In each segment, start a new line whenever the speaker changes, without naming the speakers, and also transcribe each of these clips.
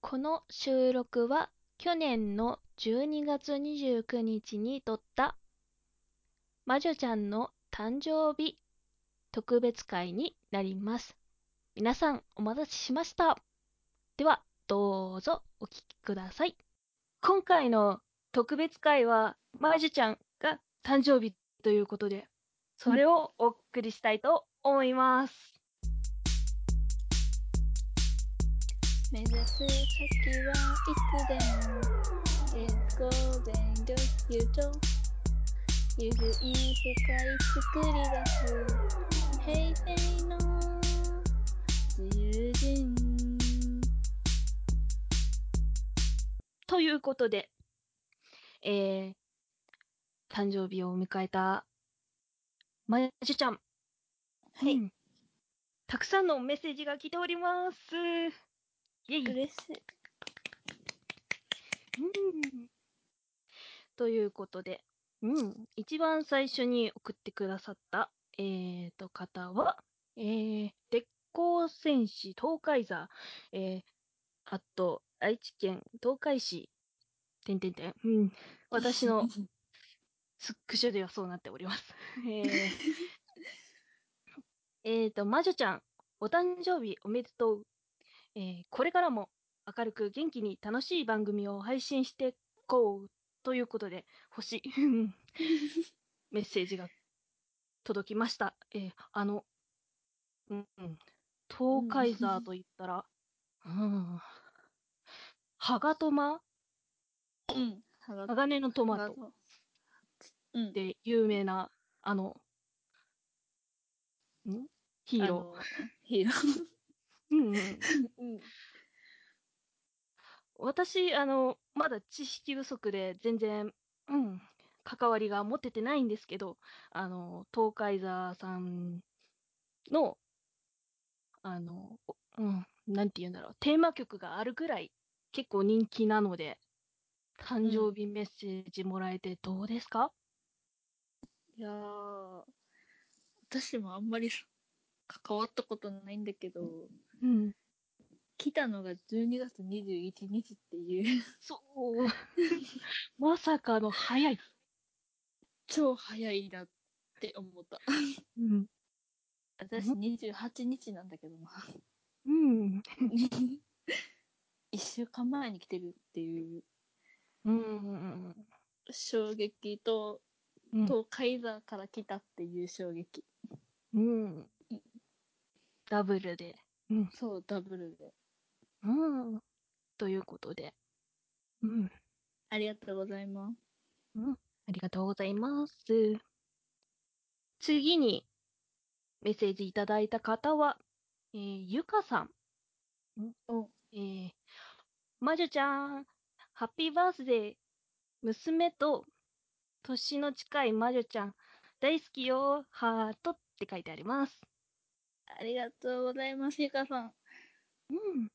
この収録は去年の12月29日に撮った魔女ちゃんの誕生日特別会になります。皆さんお待たせしました。ではどうぞお聞きください。今回の特別会は魔女ちゃんが誕生日ということで、それをお送りしたいと思います。
目指す先はいつでも越後弁力友情ゆるい世界作り出す平成の自由人
ということで、えー、誕生日を迎えた、まゆちゃん。
はい
うんたくさんのメッセージが来ております。イェイ。
嬉しい
うんということで、うん、一番最初に送ってくださった、えー、と方は、えー、鉄鋼戦士東海座、えー、あと愛知県東海市、てんてんてん、うん、私のスクショではそうなっております。えー、えーと、魔女ちゃん、お誕生日おめでとう。えーこれからも明るく元気に楽しい番組を配信してこうということで、星、うんメッセージが届きました。えーあの、うん、うん東海ザーと言ったら、うん、ハガトマ
うん歯が
鋼のトマト
うん
で有名な、あの、んヒー
あ
ロ
のヒーロー
ー。うんうん
うん
私あのまだ知識不足で全然、うん、関わりが持ててないんですけどあの東海座さんのあの、おうん、なんて言うんだろうテーマ曲があるぐらい結構人気なので誕生日メッセージもらえてどうですか、
いやー私もあんまり関わったことないんだけど、
うん、
来たのが12月21日っていう
そう まさかの早い、
超早いなって思った
うん
私28日なんだけど な
うん
一週間前に来てるっていう
うん
衝撃と
うん
東海座から来たっていう衝撃
うん、ダブルで。うん
そうダブルで
うん、ということで、うん、
ありがとうございます
ありがとうございます。次にメッセージいただいた方は、えーゆかさん。
お
えー、魔女ちゃん、ハッピーバースデー。娘と年の近い魔女ちゃん、大好きよ、ハートって書いてあります。
ありがとうございますゆかさん
うん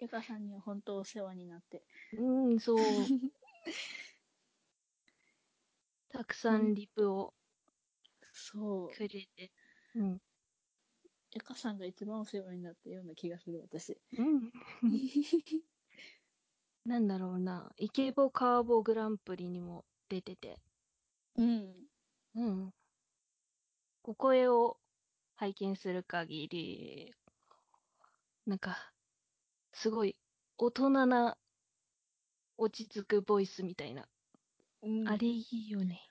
ゆかさんには本当お世話になって、
うん、 そう。たくさんリプを
そう
くれて。うん。
ゆかさんが一番お世話になったような気がする 私
うん。なんだろうな。イケボカーボグランプリにも出てて。
うん
うん。お声を拝見する限り、なんか、すごい大人な落ち着くボイスみたいな。
うん
あれいいよね。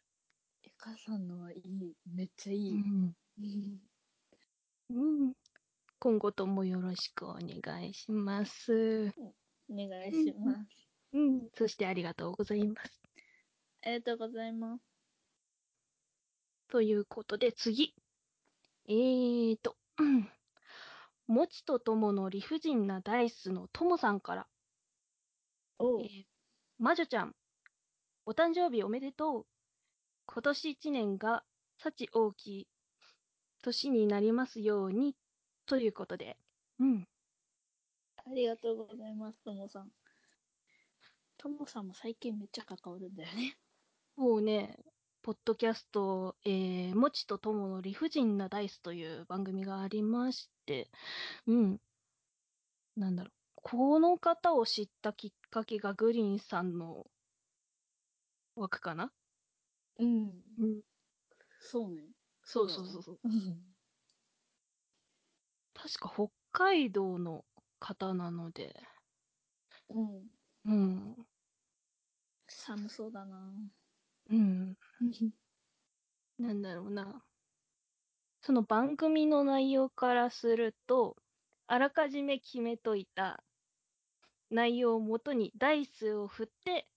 ゆかさんのはいいめっちゃいい、
うん。
うん
うん。今後ともよろしくお願いします。
お願いします。
うん、そしてありがとうございます。
ありがとうございます。
ということで次。えーと、うんもちとともの理不尽なダイスのともさんから、え
お
ー魔女ちゃん、お誕生日おめでとう。今年一年が幸大きい年になりますように、ということで。うん。
ありがとうございます、ともさん。ともさんも最近めっちゃ関わるんだよね。
もうね、ポッドキャスト、えー、もちとともの理不尽なダイスという番組がありまして、うん。なんだろう、この方を知ったきっかけがグリーンさんの枠かな、
うん。
うん、
そうね。
そうそうそうそう。
うん。
確か北海道の方なので、
うん。
うん、
寒そうだな。
うん、なんだろうな。その番組の内容からすると、あらかじめ決めといた内容をもとにダイスを振って、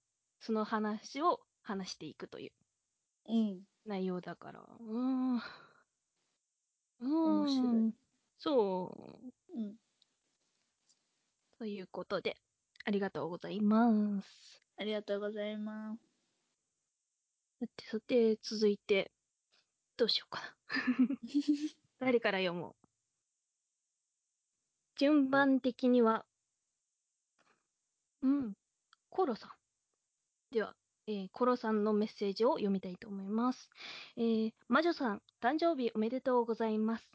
その話を話していくという
うん。
内容だから。うーん。うーん。
面白い。
そう。
うん。
ということで、ありがとうございます。
ありがとうござ います。
さて、さて、続いて、どうしようかな。誰から読もう順番的には、うん、コロさん。では、えーコロさんのメッセージを読みたいと思います。えー魔女さん、誕生日おめでとうございます。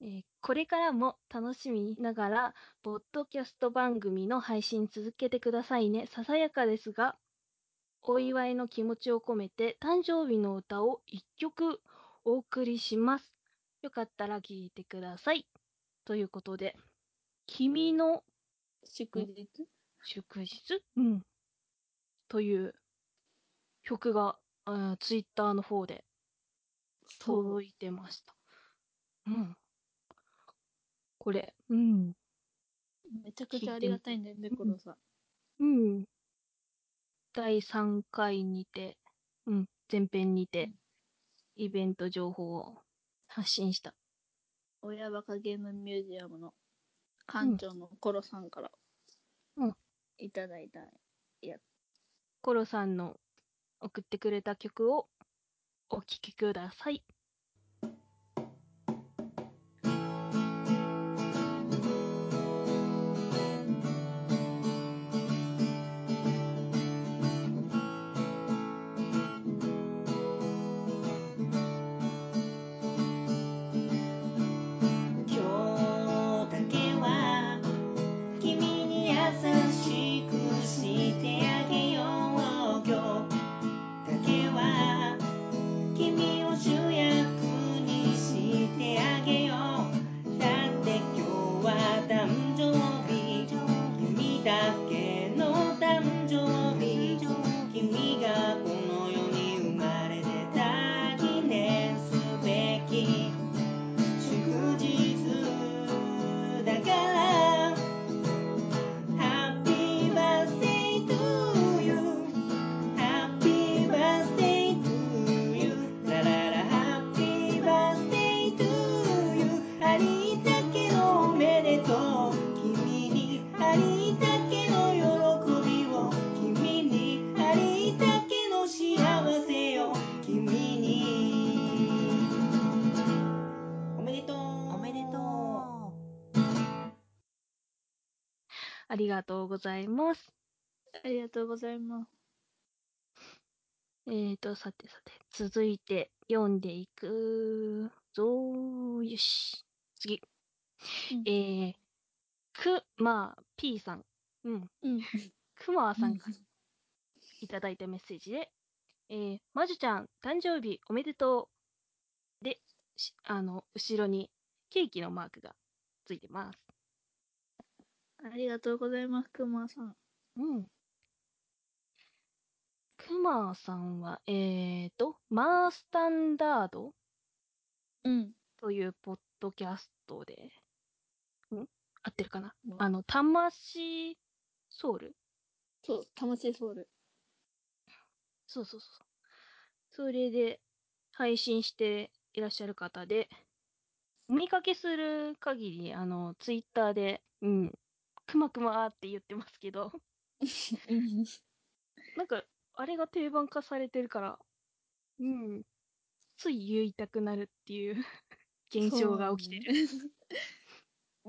えーこれからも楽しみながら、ポッドキャスト番組の配信続けてくださいね。ささやかですが、お祝いの気持ちを込めて、誕生日の歌を一曲お送りします。よかったら聴いてください。ということで、君の
祝日
祝日、うん、という曲が、あツイッター Twitter の方で届いてました。うん。これ、うん。
めちゃくちゃありがたいんだよね、コロさん。
うん。第3回にて、うん、前編にて、イベント情報を発信した。
親バカゲームミュージアムの館長のコロさんから、
うん
いただいた。
コロさんの送ってくれた曲をお聴きください。
今日だけは君に優しくしてあげよう今日だけは君を主役にしてあげようだって今日は誕生日君だけの誕生日君がこの世に生まれてた記念すべき祝日だから「Happy birthday to you」「Happy birthday to you」「ラララ Happy birthday to you」「ありだけのおめでとう」「君にありだけの喜びを」「君にありだけの幸せよ」「君に」おめでとう。おめでと
ありがとうございます。
ありがとうございます。
えーと、さてさて、続いて読んでいくぞーよし。次。
うん
えー、くま P さん。うん。
うん。
くまさんからいただいたメッセージで、えー、まじゅちゃん、誕生日おめでとう。で、しあの、後ろにケーキのマークがついてます。
ありがとうございます、くまさん。
うん。くまさんは、えーと、マースタンダード
うん。
というポッドキャストで、ん合ってるかな
うん
あの、魂ソウル
そう、魂ソウル。
そうそうそう。それで配信していらっしゃる方で、お見かけする限り、あの、ツイッターで、うん、くまくまーって言ってますけど、
うん。
なんか、あれが定番化されてるから、うん、つい言いたくなるっていう 現象が起きてる。
る。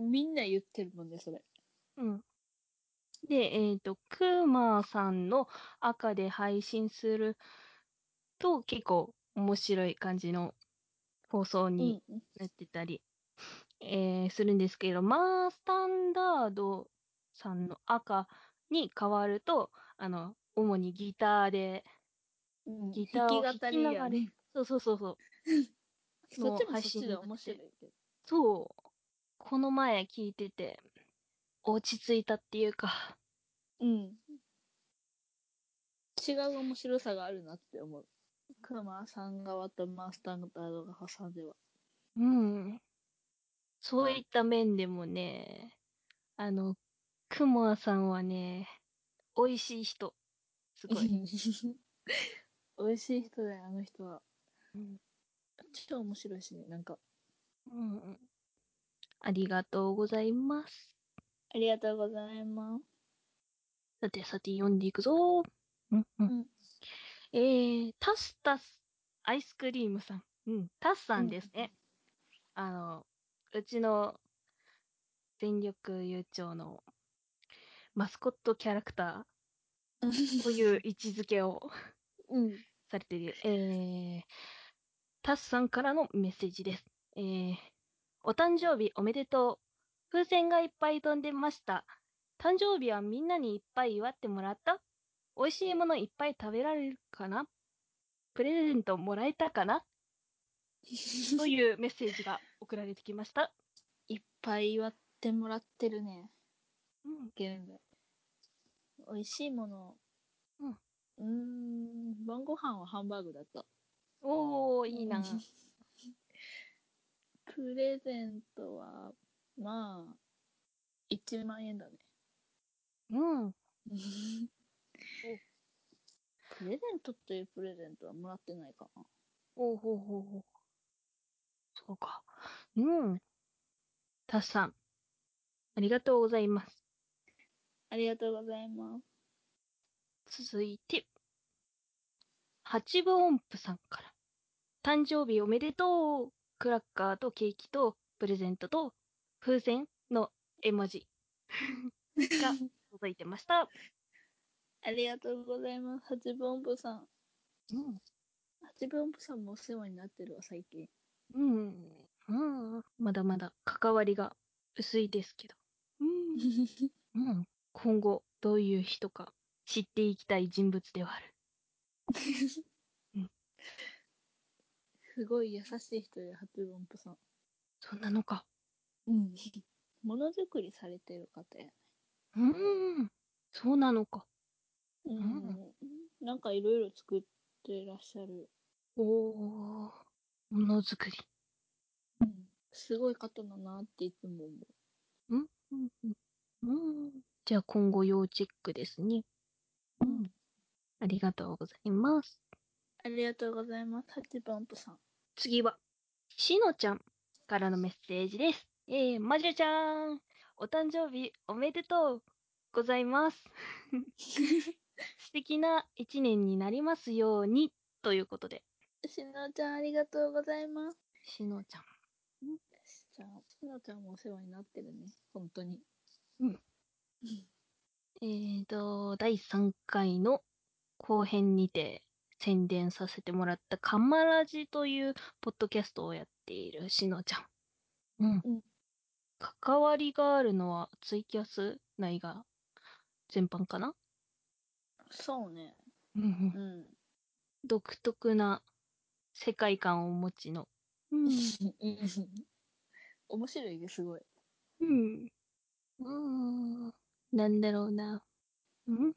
みんな言ってるもんね、それ。
うん。で、えっ、と、クーマーさんの赤で配信すると結構面白い感じの放送
う
に
ん。
なってたり、えーするんですけど、マースタンダードさんの赤に変わると、あの、主にギターで、
うん
ギターを弾
弾
き
き語
な
り
が
や
ら、
ね。
そうそうそうそう、
そっちもそっ
配信
ち
に
で
なって
面白いけど。
そう、この前聞いてて、落ち着いたっていうか、
うん。違う面白さがあるなって思う。クマさん側とマスタードが挟んでは。
うん、そういった面でもね、あの、クモアさんはね、美味しい人、す ごい。
美味しい人だよ、あの人は。
うん
超面白いしね、なんか。
うんうん、ありがとうございます。
ありがとうございます。
さてさて読んでいくぞ。うんう、
うんん。
えー、タスタス、アイスクリームさん。うん、タスさんですね。あの、うちの全力悠長のマスコットキャラクターという位置づけを
うん。
されている、えー、タスさんからのメッセージです。えー、お誕生日おめでとう。風船がいっぱい飛んでました。誕生日はみんなにいっぱい祝ってもらった美味しいものいっぱい食べられるかなプレゼントもらえたか なというメッセージが送られてきました。
いっぱい祝ってもらってるね、
うん、
現在。美味しいもの。
うん
うーん、晩ご飯はハンバーグだった。
おー、いいな。
プレゼントは、まあ、1万円だね。
うん。
プレゼントっていうプレゼントはもらってないかな。
おうほうほうほう。そうか。うん。タスさん、ありがとうございます。
ありがとうございます。
続いて、八分音符さんから。誕生日おめでとうクラッカーとケーキとプレゼントと風船の絵文字が届いてました。
ありがとうございます。八分音符さん。
うん。
八分音符さんもお世話になってるわ、最 近。
うん。うん。まだまだ関わりが薄いですけど。うん。うん。今後、どういう人か知っていきたい人物ではある。
すごい優しい人で、八分音符さん。
そんなのか。
うん。ものづくりされてる方や。
うん。そうなのか。
うんん。なんかいろいろ作ってらっしゃる。
おお。ものづくり。
うん。すごい方だなっていつも思う。
うんうん、じゃあ今後要チェックですね。うん。ありがとうございます。
ありがとうございます。八分音符 さん。
次は、しのちゃんからのメッセージです。えー、まじゅちゃん、お誕生日おめでとうございます。素敵な一年になりますように、ということで、
しのちゃん、ありがとうございます。
しのちゃん。
じゃあ、しのちゃんもお世話になってるね。本当に。
えーと、第3回の後編にて宣伝させてもらったカマラジというポッドキャストをやっているしのちゃん。うん。
うん
関わりがあるのはツイキャス内が全般かな
そうね。
うんうん。
うん。
独特な世界観をお持ちの。うん。
面白いね、す ごい。
うん。うん。なんだろうな。うん。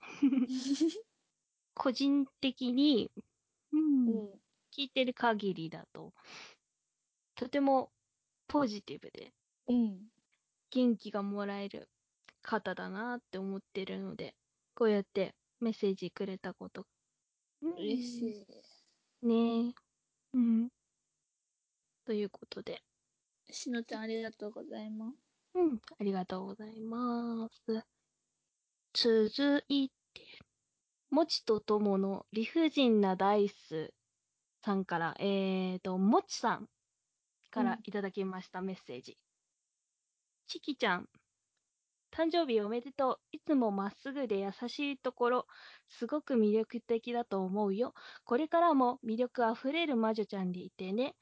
個人的に、うん
うん。
聞いてる限りだと、とてもポジティブで
うん。
元気がもらえる方だなって思ってるので、こうやってメッセージくれたこと。
嬉しい。
い。ねえ。うん。ということで、
しのちゃん、ありがとうございます。
うん、ありがとうございます。続いて、もちとともの理不尽なダイスさんから、えーと、もちさんか
う
ら
ん
いただきましたメッセージ。ちきちゃん、誕生日おめでとう。いつもまっすぐで優しいところ、すごく魅力的だと思うよ。これからも魅力あふれる魔女ちゃんでいてね。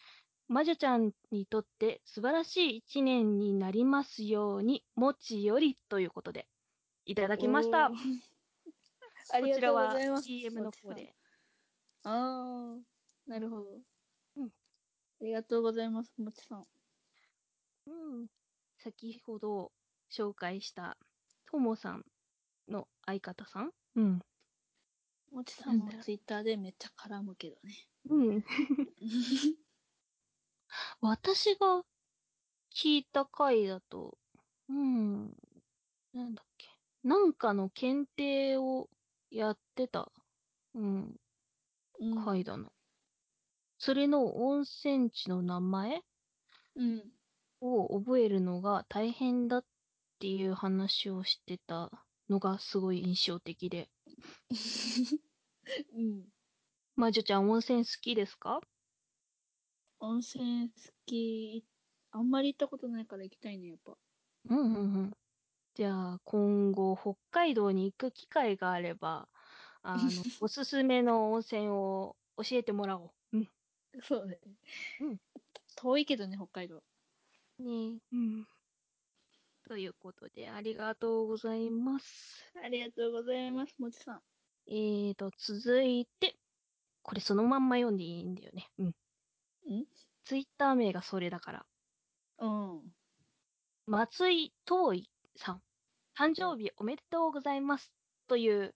魔女ちゃんにとって素晴らしい一年になりますように、もちよりということで、いただきました
お
こ
ーあり
ちら
がとうご
は
ざいます。
CM の方で
ああ、なるほど。
うん
ありがとうございます、もちさん。
うん、先ほど紹介したともさんの相方さん、うん
もちさん
なん
も
だろう
ツイッターでめっちゃ絡むけど ね。
うん、私が聞いた回だと、うん、なんだっけ、なんかの検定をやってた、うん、
うん
回だな。それの温泉地の名前
うん。
を覚えるのが大変だっていう話をしてたのがすごい印象的で。
うん。
魔女ちゃん温泉好きですか
温泉好き、あんまり行ったことないから行きたいね、やっぱ。
うんうんうん。じゃあ今後北海道に行く機会があれば、あの おすすめの温泉を教えてもらおう。うん。
そうね。
うん。
遠いけどね、北海道。
ねうん。ということでありがとうございます。
ありがとうございます、もちさん。
えーと、続いて、これそのまんま読んでいいんだよね。うん。
ん
ツイッター名がそれだから。
うん。
松井遠いさん、誕生日おめでとうございますという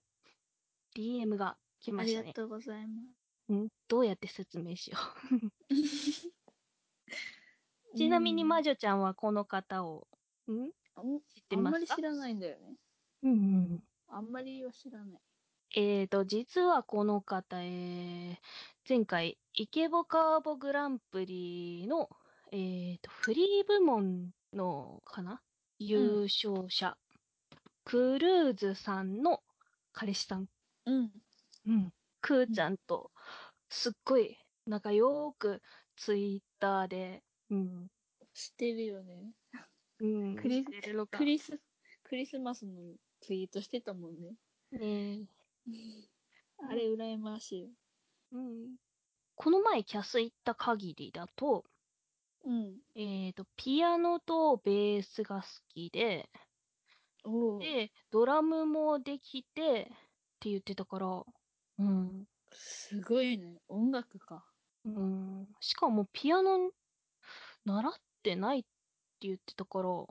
DM が来
あ
まし
り
た
が
ね。
とうございま
うんどうやって説明しよ
す。
う。ちなみに魔女ちゃんはこの方を、ん
うん
知って
あん
ま
ますり
か
知らないんだよね。
うんうん。
あんまりは知らない。
えーと、実はこの方、えー、前回、イケボカーボグランプリの、えーと、フリー部門の、かな優勝者、クルーズさんの彼氏さん。
うん。
うん。くーちゃんと、すっごい仲良く、ツイッターで、うん。
知ってるよね。
うん。
クリ
してるのか
クリス、クリスマスのツイートしてたもんね。
ねえ
あれ、羨ましい。
うん、この前キャス行った限りだと,、
うん。
えー、とピアノとベースが好きで
おお。
でドラムもできてって言ってたから、うん
すごいね。音楽か。
うん、しかもピアノ習ってないって言ってたから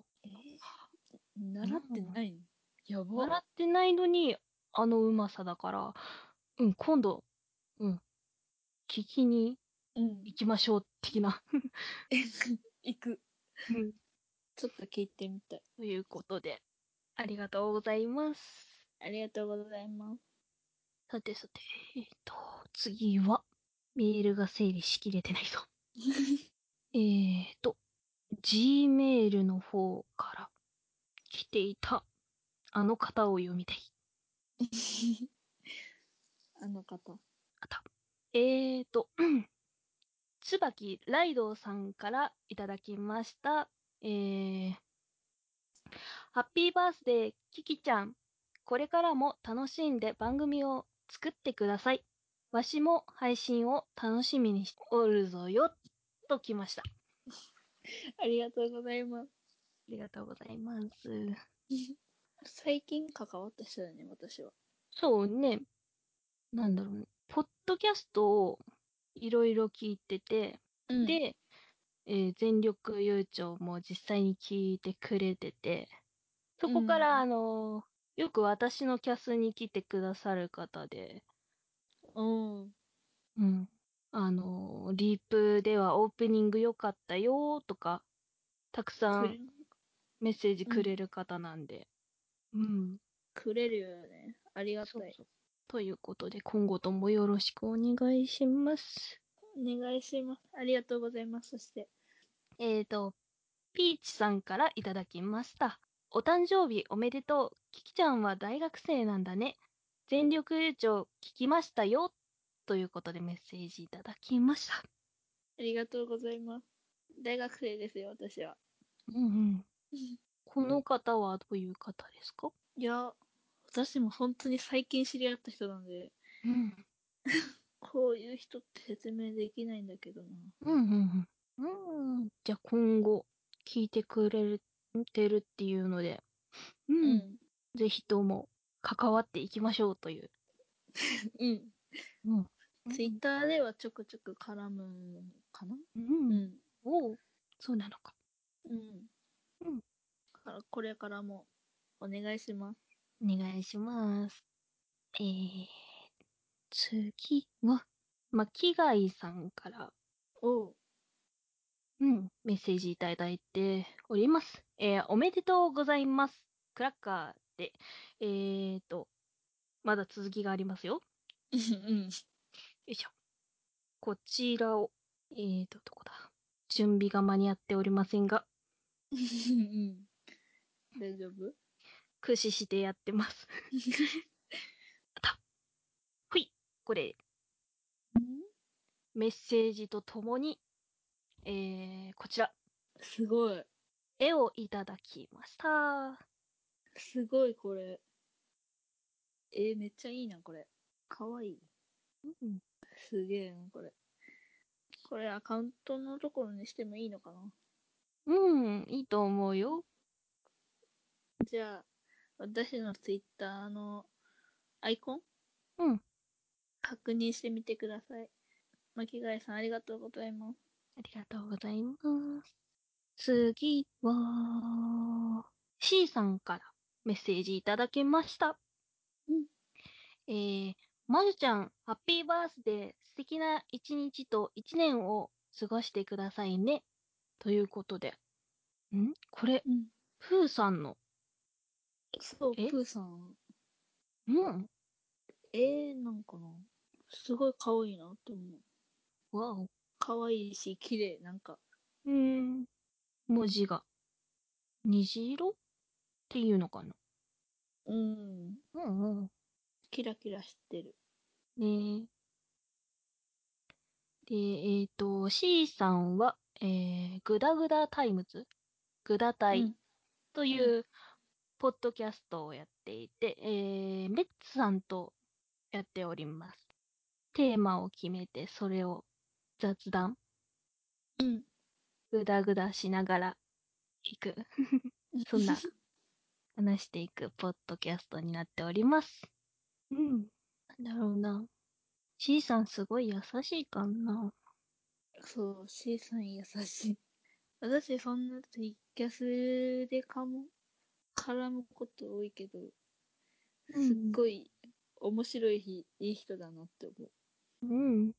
習ってないのやば。
習ってないのにあのうまさだから、うん、今度、うん、聞きに
うん。
行きましょう的な。
行く。
うん
ちょっと聞いてみたい。
ということで、ありがとうございます。
ありがとうございます。
さてさて、えっと、次は、メールが整理しきれてないぞ。えっと、Gmail の方から来ていた、あの方を読みたい。
あの方。
えっと、椿ライドウさんからいただきました。えー、ハッピーバースデー、キキちゃん。これからも楽しんで番組を作ってください。わしも配信を楽しみにしておるぞよ、ときました。あ
ありがとうございます。
りがとうございます。
最近関わった人だね、私は。
そうね、なんだろうね、ポッドキャストをいろいろ聞いてて、
うん、
で、えー全力悠長も実際に聞いてくれてて、そこから、
うん
あのーよく私のキャスに来てくださる方で、
うん。
うん。あのーリープではオープニング良かったよーとか、たくさ
く
ん
れ
メッセージくれる方なんで、うん。
くれるよね。ありがた
そう
い。
そうということで、今後ともよろしくお願いします。
お願いします。ありがとうございます。そして。
えーと、ピーチさんからいただきました。お誕生日おめでとう。キキちゃんは大学生なんだね。全力優勝聞きましたよ。ということでメッセージいただきました。
ありがとうございます。大学生ですよ、私は。
うんうん。この方はどういう方ですか
いや、私も本当に最近知り合った人なんで、
うん。
こういう人って説明できないんだけどな。
うんうんうん。うん。じゃあ今後聞いてくれてるっていうので、う。
うんん。
ぜひとも関わっていきましょうという。
うん。
うん。
ツイッターではちょくちょく絡むかな
う。
うんん。
おうそうなのか。
うん。
うん
だからこれからもお願いします。
お願いします。えー、次は、巻貝さんから、
おう。
うん、メッセージいただいております。えー、おめでとうございます。クラッカーで、えーと、まだ続きがありますよ。よ
うん。
いしょ。こちらを、えーと、どこだ準備が間に合っておりませんが、
うん。大丈夫
駆使してやってます。ほい、これ、メッセージとともに、えー、こちら、
すごい。
絵をいただきました。
すごいこれ。えー、めっちゃいいな、これ。かわいい。
うん、
すげえな、これ。これアカウントのところにしてもいいのかな
うん、いいと思うよ。
じゃあ、私のツイッターのアイコン
うん。
確認してみてください。巻貝さん、ありがとうございます。
ありがとうございます。次は、C さんからメッセージいただきました。
うん。
えー、まるちゃん、ハッピーバースデー、素敵な一日と一年を過ごしてくださいね。ということで。んこれ、
うん。
プーさんの。
そう、プ
え
ーさん。
うん。
えー、なんかな。すごい可愛いなって思う。
わお。
可愛いし、綺麗なんか。
うん。文字が。虹色っていうのかな。
うん。
うんうん。
キラキラしてる。
ねえ。で、えっ、と、C さんは、えー、グダグダタイムズグダタ
う
イ
ん
という、ポッドキャストをやっていて、えー、メッツさんとやっております。テーマを決めて、それを雑談、
うん。
グダグダしながら行く、そんな 話していくポッドキャストになっております。うん。なんだろうな。C さんすごい優しいかな。
そう、C さん優しい。私、そんなツイキャスでかも、絡むこと多いけど、
うん
すっごい面白い日、いい人だなって思う。
うん。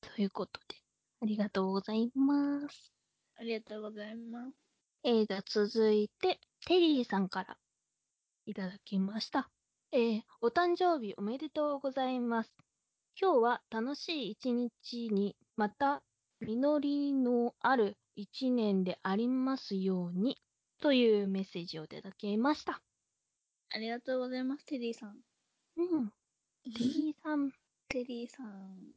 ということで、ありがとうございます。
ありがとうございます。
えー、じゃあ続いて、テリーさんからいただきました。えー、お誕生日おめでとうございます。今日は楽しい一日に、また実りのある一年でありますように、というメッセージをいただきました。
ありがとうございます、テリーさん。
うん。テリーさん。
テリーさん、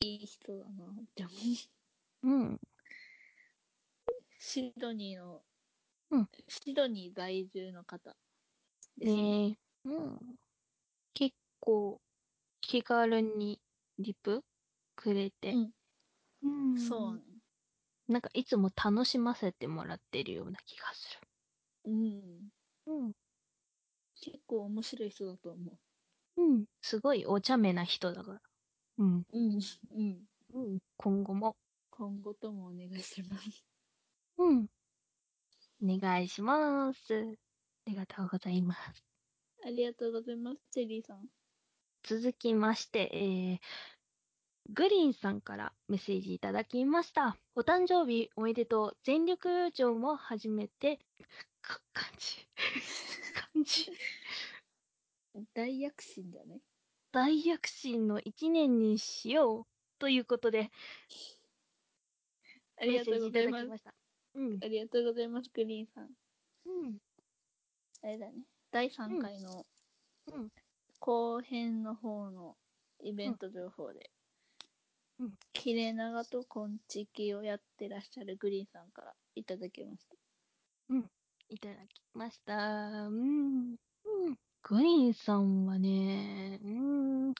いい人だなって思う。
うん。
シドニーの、
うん
シドニー在住の方ですね。
ねえ、うん。結構気軽にリプくれて、うん
そうね。
なんかいつも楽しませてもらってるような気がす
うん。
る。うん。
結構面白い人だと思
うん。すごいお茶目な人だから。うん。
う。うん。うん。
うん。今後も。
今後ともお願いします。
うん。お願いします。ありがとうございます。
ありがとうございます、テリーさん。
続きまして、えーグリーンさんからメッセージいただきました。お誕生日おめでとう。全力友情も始めて、か、漢 字。漢字。
大躍進だね。
大躍進の一年にしよう。ということで、
ありがとうござい
メッセージい
ます
ただき。ました。うん
あ。りがとうございます、グリーンさん。
うん。
あれだね。第3回の
うん
後編の方のイベント情報で
うんうん、
切れ長と昆虫をやってらっしゃるグリーンさんからいただきました。
いただきました。うん。うんグリーンさんはね、うん。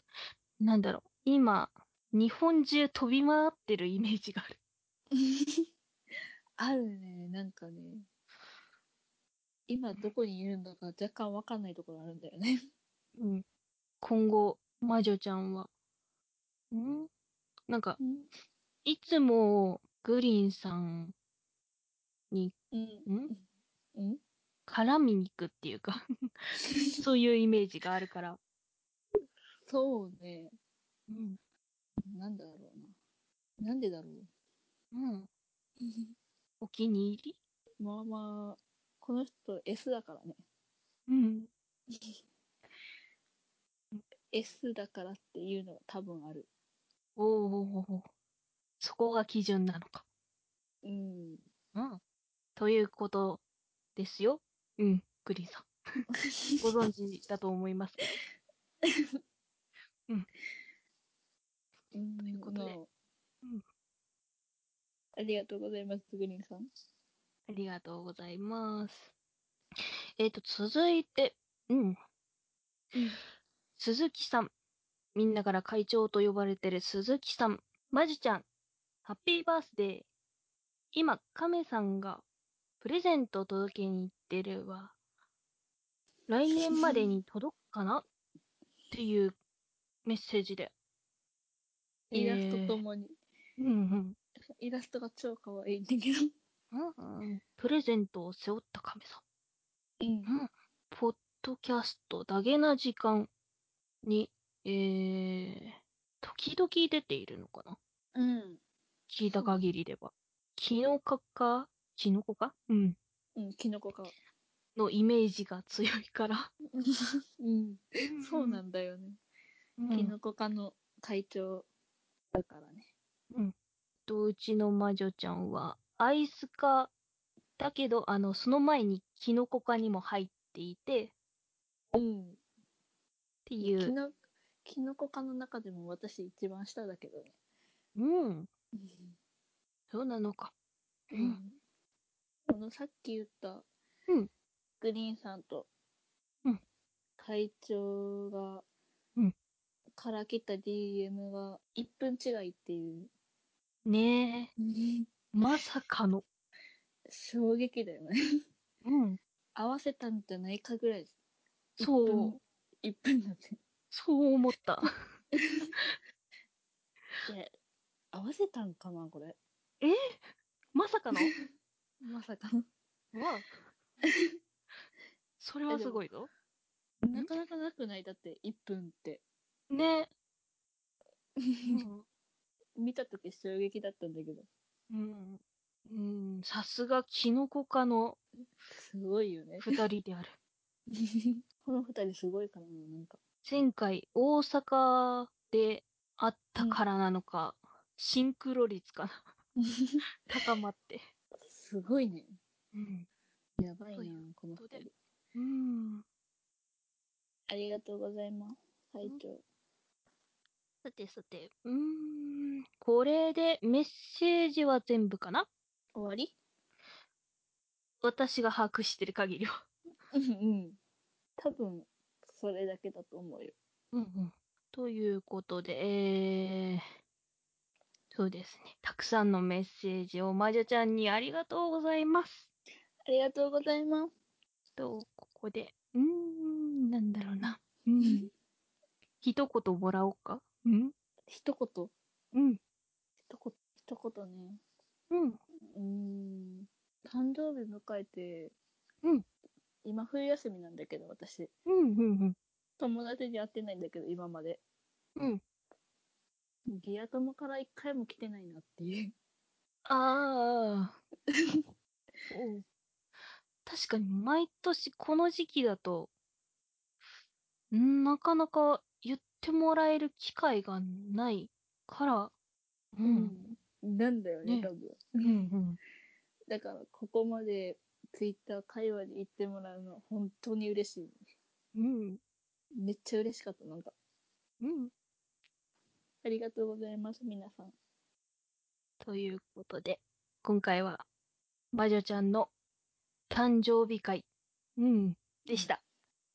なんだろう。今、日本中飛び回ってるイメージがある。
あるね、なんかね。今どこにいるのか若干わかんないところあるんだよね。
うん、今後、魔女ちゃんは。んなんか、いつもグリーンさんに、
うん。
ん
うん。
絡みに行くっていう かそういうイメージがあるから。
そうね。
うん。
なんだろうな。なんでだろう。
うん。お気に入り
まあまあ、この人 S だからね。
うん。
S だからっていうのが多分ある。
おおそこが基準なのか。
うん。
うん。ということですよ。うん、グリーンさん。ご存知だと思いますけど。
うん
ということで
まあ
うん
ありがとうございます、グリーンさん。
ありがとうございます。えっ、と、続いて、うん。鈴木さん。みんなから会長と呼ばれてる鈴木さん。まじちゃん。ハッピーバースデー。今、亀さんがプレゼントを届けに行ってるわ。来年までに届くかなっていうメッセージで。えー
イラストともに、
うんうん。
イラストが超可愛いんだけど。
うんうん、プレゼントを背負った亀さん。
うん
ポッドキャスト、ダゲな時間に、えー、時々出ているのかな
うん。
聞いた限りでは。キノカか、キノコかうん。
うん、キノコか。
のイメージが強いから。
うん。そうなんんだよね。
だ。
キ
キ
ノ
ノ
コ科の会長だからね。
とうちの魔女ちゃんは、アイス科、だけど、あの、その前にキノコ科にも入っていて、っ
うん。
てい
キ
う。
ノキノコ科の中でも私一番下だけどね。
うん。そうなのか。うん。
このさっき言った、
うん
グリーンさんと、
うん
会長が、
うん
から来た DM が1分違いっていう、
ねえ、まさかの。
衝撃だよね。
うん。
合わせたんじゃないかぐらいです。
そう、
1分だって。
そう思った。
いや、合わせたんかな、これ。
まさか の
まさか。
わあそれはすごいぞ。
なかなかなくないだって、1分って。
ね。
見たとき衝撃だったんだけど。
うん。 うん。さすがキノコ科の
すご いよね。
二人である。
この二人すごいからな、な んか。
前回大阪で会ったからなのか、シンクロ率かな。 高まって。
すごいね。
うん。
やばい
と
な
いう、
この二
ことで
人。
うん。
ありがとうございます。会長。
さてさて。うーん。これでメッセージは全部かな
終わり
私が把握してる限りは。
うんうん。多分、それだけだと思うよ。
うんうん。ということで、えー、そうですね。たくさんのメッセージを魔女ちゃんにありがとうございます。
ありがとうございます。
と、ここで、うーん、なんだろうな。 うん。一言もらおうかうん
一言
うん。
一言一言ね。
うん。
うーん。誕生日迎えて、
うん
今冬休みなんだけど、私。
うん。うん。
友達に会ってないんだけど、今まで。
うん。
ギア友から一回も来てないなっていう。
あ あ。おう確かに毎年この時期だと、んなかなか言ってもらえる機会がないから、う
う。なんだよね、
ね
多分。
うん
だから、ここまでツイッター会話で言ってもらうの、本当に嬉しい。
うん。うん。
めっちゃ嬉しかった、なんか。
うん。
ありがとうございます、皆さん。
ということで、今回は、魔女ちゃんの誕生日会、うん、でした。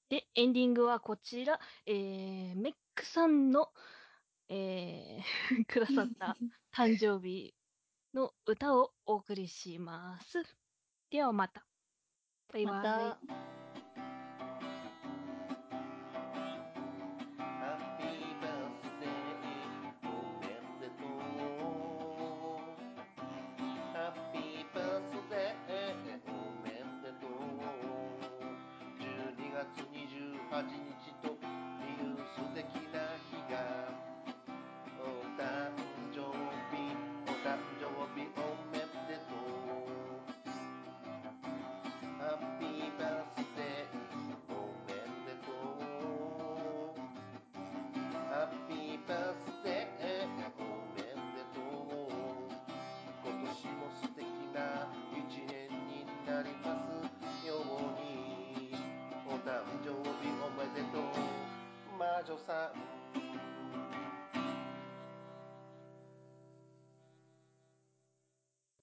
で、エンディングはこちら、えー、メックさんの、えー、 くださった誕生日の歌をお送りします。ではまた。バイバイ。
また。
ハッピーバースデーおめでとうハッピーバースデーおめでとう12月28日とニュースで聞い